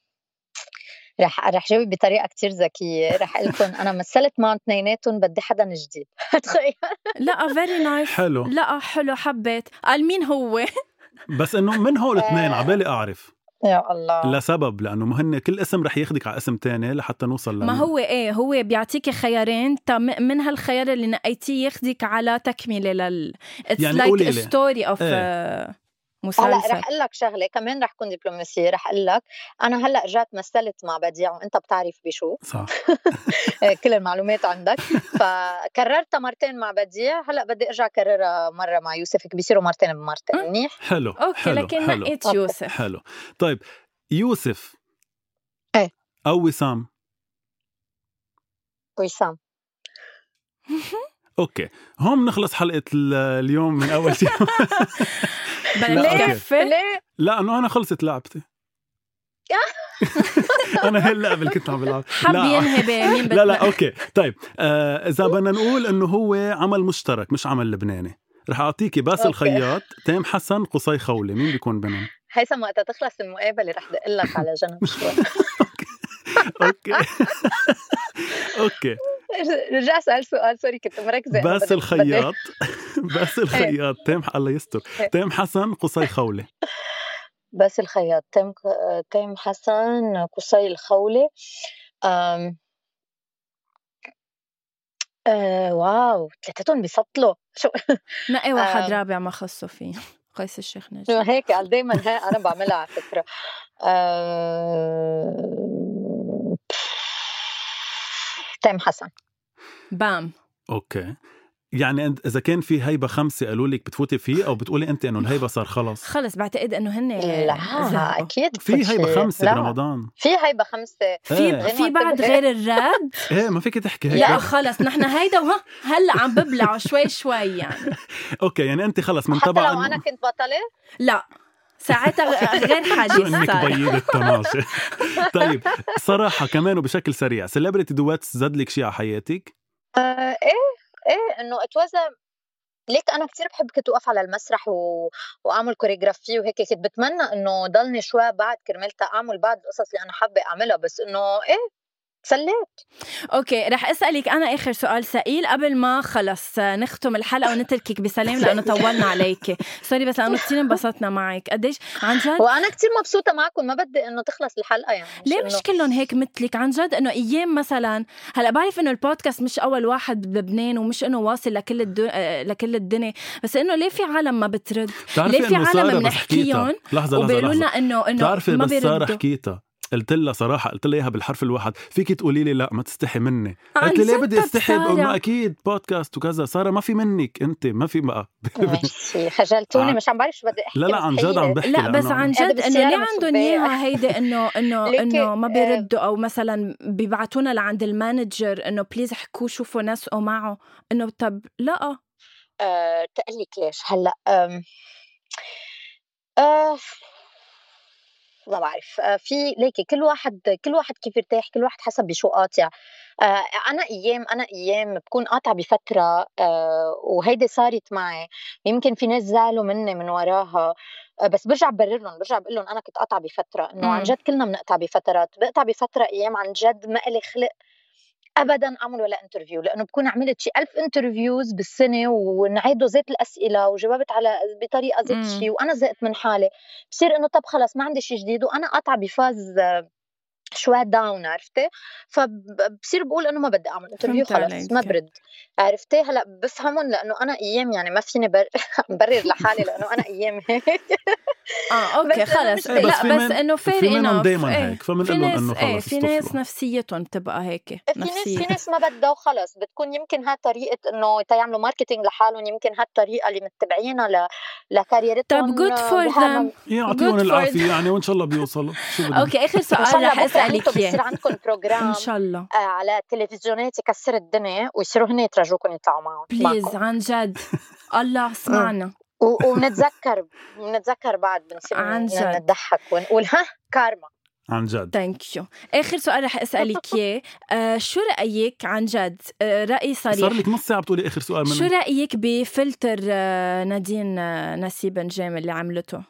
Speaker 3: رح رح جاوب بطريقه كتير ذكيه رح اقول لكم انا مثلت معهم اثنيناتهم بدي حدا جديد تخيل
Speaker 1: لا فيري نايس
Speaker 2: حلو
Speaker 1: لا حلو حبيت قال مين هو
Speaker 2: بس انه من هول اثنين
Speaker 3: آه.
Speaker 2: عبالي اعرف
Speaker 3: يا
Speaker 1: آه.
Speaker 3: الله
Speaker 2: لسبب لانه هن كل اسم رح ياخدك على اسم تاني لحتى نوصل
Speaker 1: ما
Speaker 2: لم-
Speaker 1: هو ايه هو بيعطيكي خيارين تا م- من هالخيار اللي نقيتيه ياخدك على تكمله لل اتس
Speaker 2: يعني
Speaker 1: لايك
Speaker 2: قولي لي. إيه.
Speaker 1: ستوري اوف
Speaker 3: هلا
Speaker 1: آه، مسلسل
Speaker 3: رح اقول لك شغله كمان رح كون دبلوماسيه رح اقول لك انا هلا رجعت مثلت مع بديع وانت بتعرف بشو
Speaker 2: صح
Speaker 3: آه، كل المعلومات عندك فكررتها مرتين مع بديع هلا بدي ارجع كررها مره مع يوسف هيك بيصيروا مرتين بمرتين
Speaker 1: أم.
Speaker 3: منيح
Speaker 2: حلو
Speaker 1: اوكي
Speaker 2: حلو
Speaker 1: لكن إيه؟
Speaker 2: حلو.
Speaker 1: نقيت
Speaker 3: أوكي.
Speaker 1: يوسف
Speaker 2: حلو طيب يوسف
Speaker 3: إيه.
Speaker 2: او وسام
Speaker 3: وسام
Speaker 2: اوكي هون نخلص حلقه ال- اليوم من اول يوم لا،
Speaker 1: بدك
Speaker 2: أوكي.
Speaker 1: تكفي
Speaker 3: ليه؟
Speaker 2: لا انه انا خلصت لعبتي انا هلا قبل كنت عم بلعب
Speaker 1: حب
Speaker 2: لا
Speaker 1: ينهي بمين
Speaker 2: لا لا
Speaker 1: بتنقي.
Speaker 2: اوكي طيب آه، اذا بدنا نقول انه هو عمل مشترك مش عمل لبناني رح اعطيكي باسل
Speaker 3: أوكي.
Speaker 2: خياط تيم حسن قصي خولي مين بيكون بينهم
Speaker 3: هيثم وقتها تخلص المقابله رح دق لك على جنب شوي
Speaker 2: اوكي اوكي
Speaker 3: رجع سال سؤال سوري كنت مركزه أنا
Speaker 2: باسل
Speaker 3: بدي- بدي-
Speaker 2: خياط باسل خياط تيم الله يستر
Speaker 3: إيه.
Speaker 2: تيم حسن قصي خولي
Speaker 3: باسل خياط تيم تيم حسن قصي الخولي أم... آه واو ثلاثتهم بيسطلوا شو
Speaker 1: نقي واحد
Speaker 3: آم.
Speaker 1: رابع ما خصه فيه قيس الشيخ نجم
Speaker 3: آه. شو هيك دائما هيك انا بعملها على آه، فكره أم... تيم حسن
Speaker 1: بام
Speaker 2: اوكي يعني أنت اذا كان في هيبه خمسه قالوا لك بتفوتي فيه او بتقولي انت انه الهيبه صار خلص
Speaker 1: خلص بعتقد انه هن
Speaker 3: لا
Speaker 1: ذهبوا.
Speaker 3: اكيد
Speaker 2: في
Speaker 3: كل شيء.
Speaker 2: هيبه خمسه
Speaker 3: لا.
Speaker 2: برمضان
Speaker 3: في هيبه خمسه
Speaker 2: ايه
Speaker 1: في
Speaker 3: إيه.
Speaker 1: في بعد غير الراد
Speaker 2: ايه ما فيك تحكي هيك
Speaker 1: لا خلص نحن هيدا وه- هلا عم ببلعوا شوي شوي يعني
Speaker 2: اوكي يعني انت خلص من
Speaker 3: حتى
Speaker 2: تبع
Speaker 3: لو انا
Speaker 2: إنه-
Speaker 3: كنت بطله
Speaker 1: لا ساعتها غ- غير
Speaker 2: شو
Speaker 1: حديث
Speaker 2: انك
Speaker 1: صار
Speaker 2: بيض الطناشه طيب صراحه كمان وبشكل سريع سيلبرتي دواتس زاد لك شيء على حياتك
Speaker 3: آه، ايه ايه انه اتوزع ليك انا كثير بحب كنت اوقف على المسرح و... واعمل كوريغرافي وهيك كنت بتمنى انه ضلني شوي بعد كرمال تا اعمل بعض القصص اللي انا حابه اعملها بس انه ايه تسليت
Speaker 1: اوكي رح اسالك انا اخر سؤال سئيل قبل ما خلص نختم الحلقه ونتركك بسلام لانه طولنا عليك سوري بس لانه كثير انبسطنا معك قديش عن جد
Speaker 3: وانا كثير مبسوطه معكم ما بدي انه تخلص الحلقه يعني
Speaker 1: ليه مش كلهم هيك مثلك عن جد انه ايام مثلا هلا بعرف انه البودكاست مش اول واحد بلبنان ومش انه واصل لكل الدو... آه، لكل الدنيا بس انه ليه في عالم ما بترد ليه في
Speaker 2: إنه
Speaker 1: عالم
Speaker 2: سارة بس
Speaker 1: بنحكيهم
Speaker 2: حكيتها. لحظه لحظه
Speaker 1: وبيقولوا لنا
Speaker 2: لحظه
Speaker 1: انه انه
Speaker 2: بتعرفي
Speaker 1: ما
Speaker 2: بس ساره
Speaker 1: بيردوا
Speaker 2: حكيتها قلت لها صراحه قلت لها اياها بالحرف الواحد فيك تقولي لي لا ما تستحي مني
Speaker 1: عن
Speaker 2: قلت لي ليه
Speaker 1: جد
Speaker 2: بدي استحي
Speaker 1: سارة.
Speaker 2: بقول ما اكيد بودكاست وكذا ساره ما في منك انت ما في بقى
Speaker 3: ماشي خجلتوني
Speaker 2: عن-
Speaker 3: مش عم بعرف شو بدي احكي
Speaker 2: آه. لا لا عن جد عم
Speaker 3: مستحيل.
Speaker 2: بحكي
Speaker 1: لا بس
Speaker 2: لأنه
Speaker 1: عن
Speaker 3: قاعدة
Speaker 1: جد انه
Speaker 3: بالسيارة
Speaker 1: ليه عندهم
Speaker 3: متسبقة.
Speaker 1: اياها هيدي انه انه
Speaker 3: ليكي،
Speaker 1: انه ما
Speaker 3: آه،
Speaker 1: بيردوا او مثلا بيبعتونا لعند المانجر انه بليز احكوا شوفوا نسقوا معه انه طب لا
Speaker 3: آه، تقلك ليش هلا آم، آه، ما بعرف آه، في ليكي كل واحد كل واحد كيف يرتاح كل واحد حسب بشو قاطع آه، انا ايام انا ايام بكون قاطعه بفتره آه، وهيدي صارت معي يمكن في ناس زعلوا مني من وراها آه، بس برجع ببرر لهم برجع بقول لهم انا كنت قاطعه بفتره انه
Speaker 1: مم.
Speaker 3: عن جد كلنا بنقطع بفترات بقطع بفتره ايام عن جد ما لي خلق ابدا اعمل ولا انترفيو لانه بكون عملت شي ألف انترفيوز بالسنه ونعيدوا ذات الاسئله وجاوبت على بطريقه ذات
Speaker 1: مم.
Speaker 3: الشيء وانا زهقت من حالي بصير انه طب خلص ما عندي شيء جديد وانا قاطعه بفاز آه، شوي داون عرفتي فبصير بقول انه ما بدي اعمل انترفيو
Speaker 1: فهمت
Speaker 3: خلص ما
Speaker 1: عليك.
Speaker 3: برد عرفتي هلا بفهمهم لانه انا ايام يعني ما فيني بر- برر لحالي لانه انا ايام هيك
Speaker 1: اه اوكي
Speaker 3: بس إنه
Speaker 1: خلص
Speaker 3: مش
Speaker 1: لا
Speaker 3: هيك.
Speaker 1: بس
Speaker 2: إيه، بس في من-
Speaker 1: انه فير
Speaker 2: في منهم
Speaker 1: انف
Speaker 2: دايما هيك فمنقول
Speaker 1: إيه، في
Speaker 2: لهم
Speaker 1: ناس
Speaker 2: انه
Speaker 1: ايه
Speaker 2: خلص
Speaker 1: في ناس
Speaker 2: استفلوا.
Speaker 1: نفسيتهم بتبقى هيك
Speaker 3: في ناس في
Speaker 1: نفسيه
Speaker 3: ناس ما بدها وخلص بتكون يمكن هاي طريقه انه تا يعملوا ماركتينج لحالهم يمكن هاي الطريقه اللي متبعينها ل... لكاريرتهم
Speaker 1: طب good for
Speaker 3: وهذا
Speaker 1: them.
Speaker 3: ما-
Speaker 1: Good
Speaker 2: يعطيهم
Speaker 1: for
Speaker 2: العافيه
Speaker 1: them.
Speaker 2: إيه، يعني وان شاء الله بيوصلوا شو بدنا
Speaker 1: اوكي اخر
Speaker 3: ان شاء
Speaker 1: سؤال
Speaker 3: الله
Speaker 1: رح
Speaker 3: بكره انتم
Speaker 1: اسالك
Speaker 3: بصير
Speaker 1: اياه
Speaker 3: عندكم
Speaker 1: ان
Speaker 3: بروجرام
Speaker 1: يعني. شاء الله
Speaker 3: آه، على تلفزيونات يكسر الدنيا ويصيروا هن يترجوكم يطلعوا معهم
Speaker 1: بليز
Speaker 3: معكم
Speaker 1: عن جد الله
Speaker 2: آه.
Speaker 1: اسمعنا
Speaker 3: و- ونتذكر بنتذكر بعد بنصير
Speaker 1: عن
Speaker 3: ن-
Speaker 1: جد.
Speaker 3: نضحك ونقول ها كارما
Speaker 2: عن جد
Speaker 1: ثانك يو اخر سؤال رح اسالك اياه آه، شو رايك عن جد آه، راي
Speaker 2: صار
Speaker 1: صريح
Speaker 2: لك نص ساعه بتقولي اخر سؤال
Speaker 1: شو
Speaker 2: من
Speaker 1: رايك بفلتر آه، نادين آه، نسيب نجام اللي عملته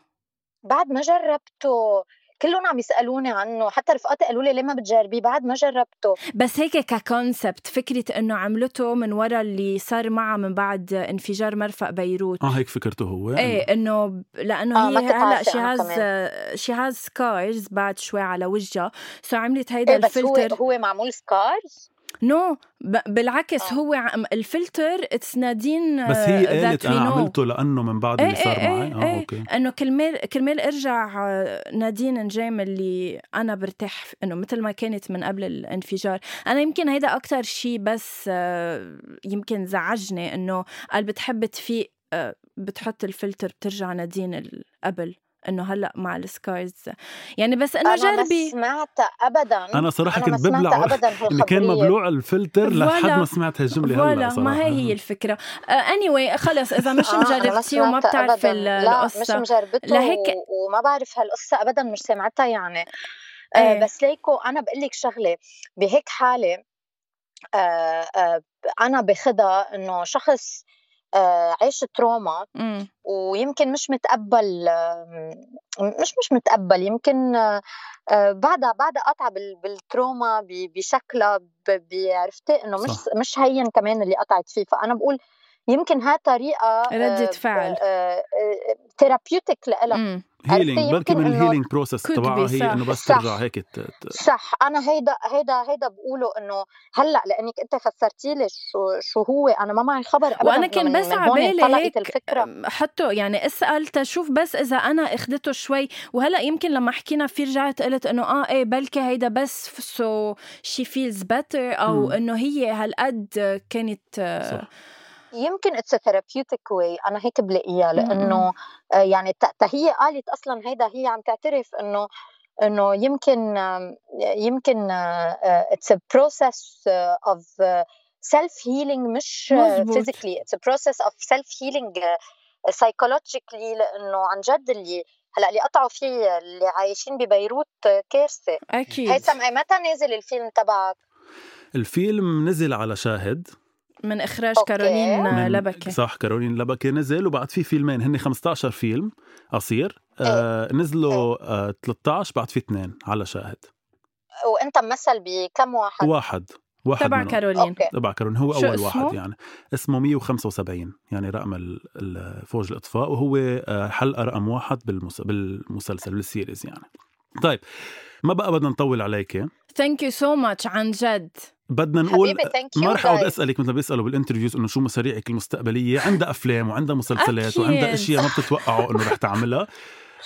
Speaker 3: بعد ما جربته كلهم عم يسالوني عنه حتى رفقاتي قالوا لي ليه ما بتجربيه بعد ما جربته
Speaker 1: بس هيك ككونسبت فكره انه عملته من ورا اللي صار معها من بعد انفجار مرفق بيروت
Speaker 2: اه هيك فكرته هو
Speaker 1: ايه انه ب- لانه
Speaker 3: آه،
Speaker 1: هي
Speaker 3: ما كنت
Speaker 1: هلا
Speaker 3: عارفة
Speaker 1: شي
Speaker 3: أنا
Speaker 1: هاز شي هاز سكارز بعد شوي على وجهها سو عملت هيدا
Speaker 3: ايه بس هو
Speaker 1: الفلتر
Speaker 3: هو معمول سكارز
Speaker 1: نو ب- بالعكس
Speaker 3: آه.
Speaker 1: هو عم- الفلتر اتس نادين
Speaker 2: بس هي
Speaker 1: آه،
Speaker 2: قالت
Speaker 1: that we
Speaker 2: انا
Speaker 1: know.
Speaker 2: عملته لانه من بعد اللي
Speaker 1: إيه
Speaker 2: صار
Speaker 1: إيه
Speaker 2: معي
Speaker 1: إيه
Speaker 2: اه
Speaker 1: إيه.
Speaker 2: اوكي
Speaker 1: انه كرمال كرمال ارجع آه، نادين نجام اللي انا برتاح ف- انه مثل ما كانت من قبل الانفجار انا يمكن هيدا اكثر شيء بس آه، يمكن زعجني انه قال بتحب تفيق آه، بتحط الفلتر بترجع نادين ال- قبل انه هلا مع السكارز يعني بس انه
Speaker 3: انا ما
Speaker 1: جربي
Speaker 3: سمعت ابدا
Speaker 2: انا صراحه
Speaker 3: انا ما
Speaker 2: كنت
Speaker 3: سمعت
Speaker 2: ببلع
Speaker 3: ابدا
Speaker 2: انه
Speaker 3: هالخبريه
Speaker 2: كان مبلوع الفلتر لحد
Speaker 1: طيب. فوالا.
Speaker 2: ما سمعت هالجمله هلا
Speaker 1: فوالا
Speaker 2: صراحه
Speaker 1: ما هي هي الفكره اني anyway, خلص اذا مش
Speaker 3: آه، أنا ما
Speaker 1: مجربتي وما
Speaker 3: سمعت
Speaker 1: بتعرفي
Speaker 3: أبداً.
Speaker 1: ال-
Speaker 3: لا مش
Speaker 1: القصه
Speaker 3: مجربته
Speaker 1: لهيك-
Speaker 3: و- وما بعرف هالقصه ابدا مش سمعتها يعني آه،
Speaker 1: إيه.
Speaker 3: بس ليكو انا بقول لك شغله بهيك حاله آه، آه، انا باخدها انه شخص آه، عايش تروما
Speaker 1: مم.
Speaker 3: ويمكن مش متقبل آم، مش مش متقبل يمكن آه، آه، بعدها بعدها قطع بال- بالتروما ب- بشكلها ب- ب- عرفتي انه مش
Speaker 2: صح.
Speaker 3: مش هين كمان اللي قطعت فيه فانا بقول يمكن آه، ها طريقه
Speaker 1: ردة فعل.
Speaker 3: آه، ثيرابيوتيك لها
Speaker 1: مم.
Speaker 3: عرفتي
Speaker 2: هيلينج بركي
Speaker 3: يمكن
Speaker 2: من
Speaker 3: إنه
Speaker 2: الهيلينج بروسس
Speaker 1: could be
Speaker 2: تبعها
Speaker 1: صح.
Speaker 2: هي انه بس
Speaker 3: صح.
Speaker 2: ترجع هيك ت- ت-
Speaker 3: صح انا هيدا هيدا هيدا بقوله انه هلا لانك انت فسرتي لي شو شو هو انا ما معي خبر ابدا
Speaker 1: وانا
Speaker 3: إنه
Speaker 1: كان
Speaker 3: من-
Speaker 1: بس
Speaker 3: من
Speaker 1: على
Speaker 3: هون
Speaker 1: بالي
Speaker 3: طلعت
Speaker 1: هيك
Speaker 3: الفكره
Speaker 1: أم، حطه يعني اسال تشوف بس اذا انا اخدته شوي وهلا يمكن لما حكينا فيه رجعت قلت انه اه ايه بلكي هيدا بس سو شي فيلز بيتر او
Speaker 2: مم.
Speaker 1: انه هي هالقد كانت آه،
Speaker 2: صح
Speaker 3: يمكن اتس ثيرابيوتيك واي انا هيك بلاقيها
Speaker 1: م-
Speaker 3: لانه آه، يعني تا تا هي قالت اصلا هيدا هي عم تعترف انه انه يمكن آم، يمكن آه، اتس بروسس اوف سيلف هيلينج آه، مش آه،
Speaker 1: مزبوط.
Speaker 3: فيزيكلي اتس بروسس اوف سيلف هيلينج سايكولوجيكلي لانه آه، عن جد اللي هلا اللي قطعوا فيه اللي عايشين ببيروت آه، كارثه
Speaker 1: اكيد
Speaker 3: هيثم أي متى نازل الفيلم تبعك
Speaker 2: الفيلم نزل على شاهد
Speaker 1: من اخراج
Speaker 3: أوكي.
Speaker 1: كارولين آه،
Speaker 2: من
Speaker 1: لبكه
Speaker 2: صح كارولين لبكي نزل وبعد في فيلمين هن 15 فيلم قصير
Speaker 1: إيه،
Speaker 2: آه نزلوا آه 13 بعد في اثنين على شاهد
Speaker 3: وانت ممثل بكم واحد
Speaker 2: واحد واحد
Speaker 1: تبع
Speaker 2: منهم.
Speaker 1: كارولين
Speaker 3: اوكي
Speaker 2: تبع كارون هو
Speaker 1: شو
Speaker 2: اول
Speaker 1: اسمه؟
Speaker 2: واحد يعني اسمه 175 يعني رقم ال- ال- فوج الاطفاء وهو آه، حلقه رقم واحد بالمس... بالمسلسل بالسيريز يعني طيب ما بقى بدنا نطول عليك
Speaker 1: ثانك يو سو ماتش عن جد
Speaker 2: بدنا نقول
Speaker 3: حبيبي ثانك يو
Speaker 2: ما رح اقعد اسالك مثل ما بيسالوا بالانترفيوز انه شو مشاريعك المستقبليه عندها افلام وعندها مسلسلات
Speaker 1: أكيد.
Speaker 2: وعندها اشياء ما بتتوقعوا انه رح تعملها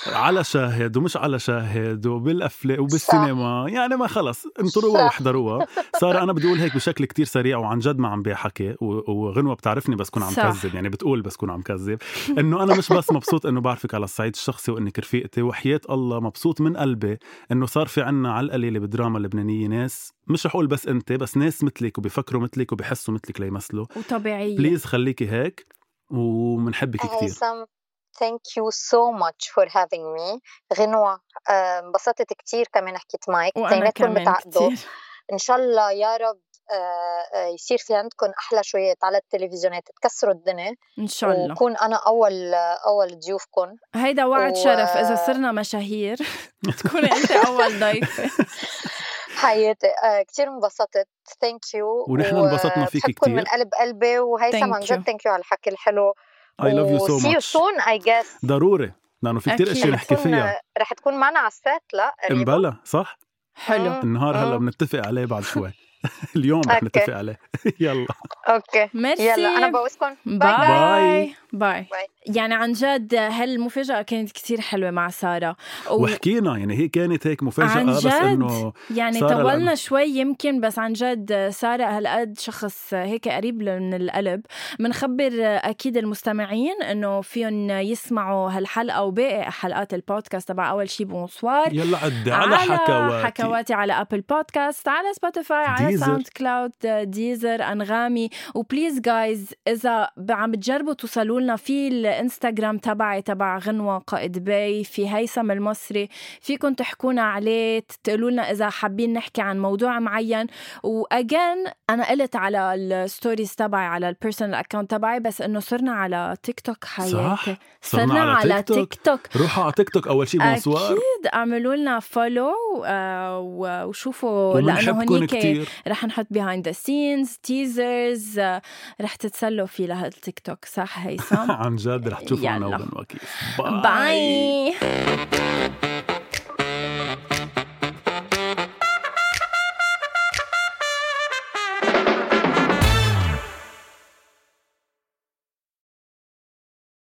Speaker 2: على شاهد ومش على شاهد وبالافلام وبالسينما يعني ما خلص انطروها
Speaker 3: صح.
Speaker 2: واحضروها صار انا بدي اقول هيك بشكل كتير سريع وعن جد ما عم بحكي و- وغنوه بتعرفني بس كون عم
Speaker 1: صح.
Speaker 2: كذب يعني بتقول بس كون عم كذب انه انا مش بس مبسوط انه بعرفك على الصعيد الشخصي وانك رفيقتي وحياه الله مبسوط من قلبي انه صار في عنا على القليله بالدراما اللبنانيه ناس مش رح اقول بس انت بس ناس مثلك وبيفكروا مثلك وبحسوا مثلك ليمثلوا
Speaker 1: وطبيعيه
Speaker 2: بليز خليكي هيك ومنحبك كثير
Speaker 3: هيثم ثانك يو سو ماتش فور هافينج مي غنوة
Speaker 1: euh,
Speaker 3: آه، انبسطت كثير كمان حكيت معك
Speaker 1: وانا
Speaker 3: اثنيناتكم
Speaker 1: كمان
Speaker 3: بتعقدوا
Speaker 1: كتير
Speaker 3: ان شاء الله يا رب
Speaker 1: euh,
Speaker 3: آه، آه، يصير في عندكم احلى شويات على التلفزيونات تكسروا الدنيا
Speaker 1: ان شاء الله
Speaker 3: وكون انا اول اول ضيوفكم
Speaker 1: هيدا وعد
Speaker 3: و-
Speaker 1: شرف اذا صرنا مشاهير تكوني انت اول ضيفه
Speaker 3: حياتي
Speaker 1: euh,
Speaker 3: آه، كتير انبسطت ثانك يو
Speaker 2: ونحن انبسطنا فيك
Speaker 3: بحبكم من
Speaker 2: كتير.
Speaker 3: قلب قلبي وهيثم
Speaker 1: Thank
Speaker 3: عن جد
Speaker 1: you.
Speaker 3: ثانك يو على الحكي الحلو
Speaker 2: I love you so
Speaker 3: سي يو
Speaker 2: much
Speaker 3: سون اي جاس
Speaker 2: ضروري لأنه في كتير
Speaker 1: أكيد.
Speaker 2: أشياء نحكي فيها
Speaker 3: رح تكون معنا على السات لا قريباً؟
Speaker 2: امبلا صح؟
Speaker 1: حلو
Speaker 3: مم.
Speaker 2: النهار هلا
Speaker 1: آه.
Speaker 2: بنتفق عليه بعد شوي اليوم رح
Speaker 3: أوكي.
Speaker 2: نتفق عليه يلا
Speaker 3: اوكي
Speaker 1: ميرسي
Speaker 3: يلا انا بوسكم باي باي
Speaker 1: باي باي
Speaker 3: باي.
Speaker 1: يعني عن جد هالمفاجأة كانت كتير حلوة مع سارة و...
Speaker 2: وحكينا يعني هي كانت هيك مفاجأة
Speaker 1: عن
Speaker 2: بس
Speaker 1: جد؟
Speaker 2: إنه
Speaker 1: يعني
Speaker 2: سارة
Speaker 1: طولنا
Speaker 2: لأن-
Speaker 1: شوي يمكن بس عن جد سارة هالقد شخص هيك قريب من القلب منخبر أكيد المستمعين إنه فيهم يسمعوا هالحلقة وباقي حلقات البودكاست تبع أول شي بونسوار
Speaker 2: يلا عد على حكواتي
Speaker 1: حكواتي على ابل بودكاست على سبوتيفاي على
Speaker 2: ديزر.
Speaker 1: ساوند كلاود ديزر انغامي وبليز جايز اذا ب- عم بتجربوا توصلوا لنا في الانستغرام تبعي تبع غنوه قائد باي في هيثم المصري فيكم تحكونا عليه تقولوا لنا اذا حابين نحكي عن موضوع معين واجين انا قلت على الستوريز تبعي على البيرسونال اكونت تبعي بس انه صرنا على تيك توك حياتي
Speaker 2: صح
Speaker 1: صرنا, على, تيك توك
Speaker 2: روحوا على تيك توك اول شيء بونسوار
Speaker 1: اكيد اعملوا لنا فولو وشوفوا لانه
Speaker 2: وبنحبكم
Speaker 1: هنيك
Speaker 2: كثير
Speaker 1: رح نحط بيهايند ذا سينز تيزرز آه، رح تتسلوا فيه لهالتيك توك صح هيثم
Speaker 2: عن جد رح تشوفوا
Speaker 1: يلا.
Speaker 2: انا وبن وكيف
Speaker 1: باي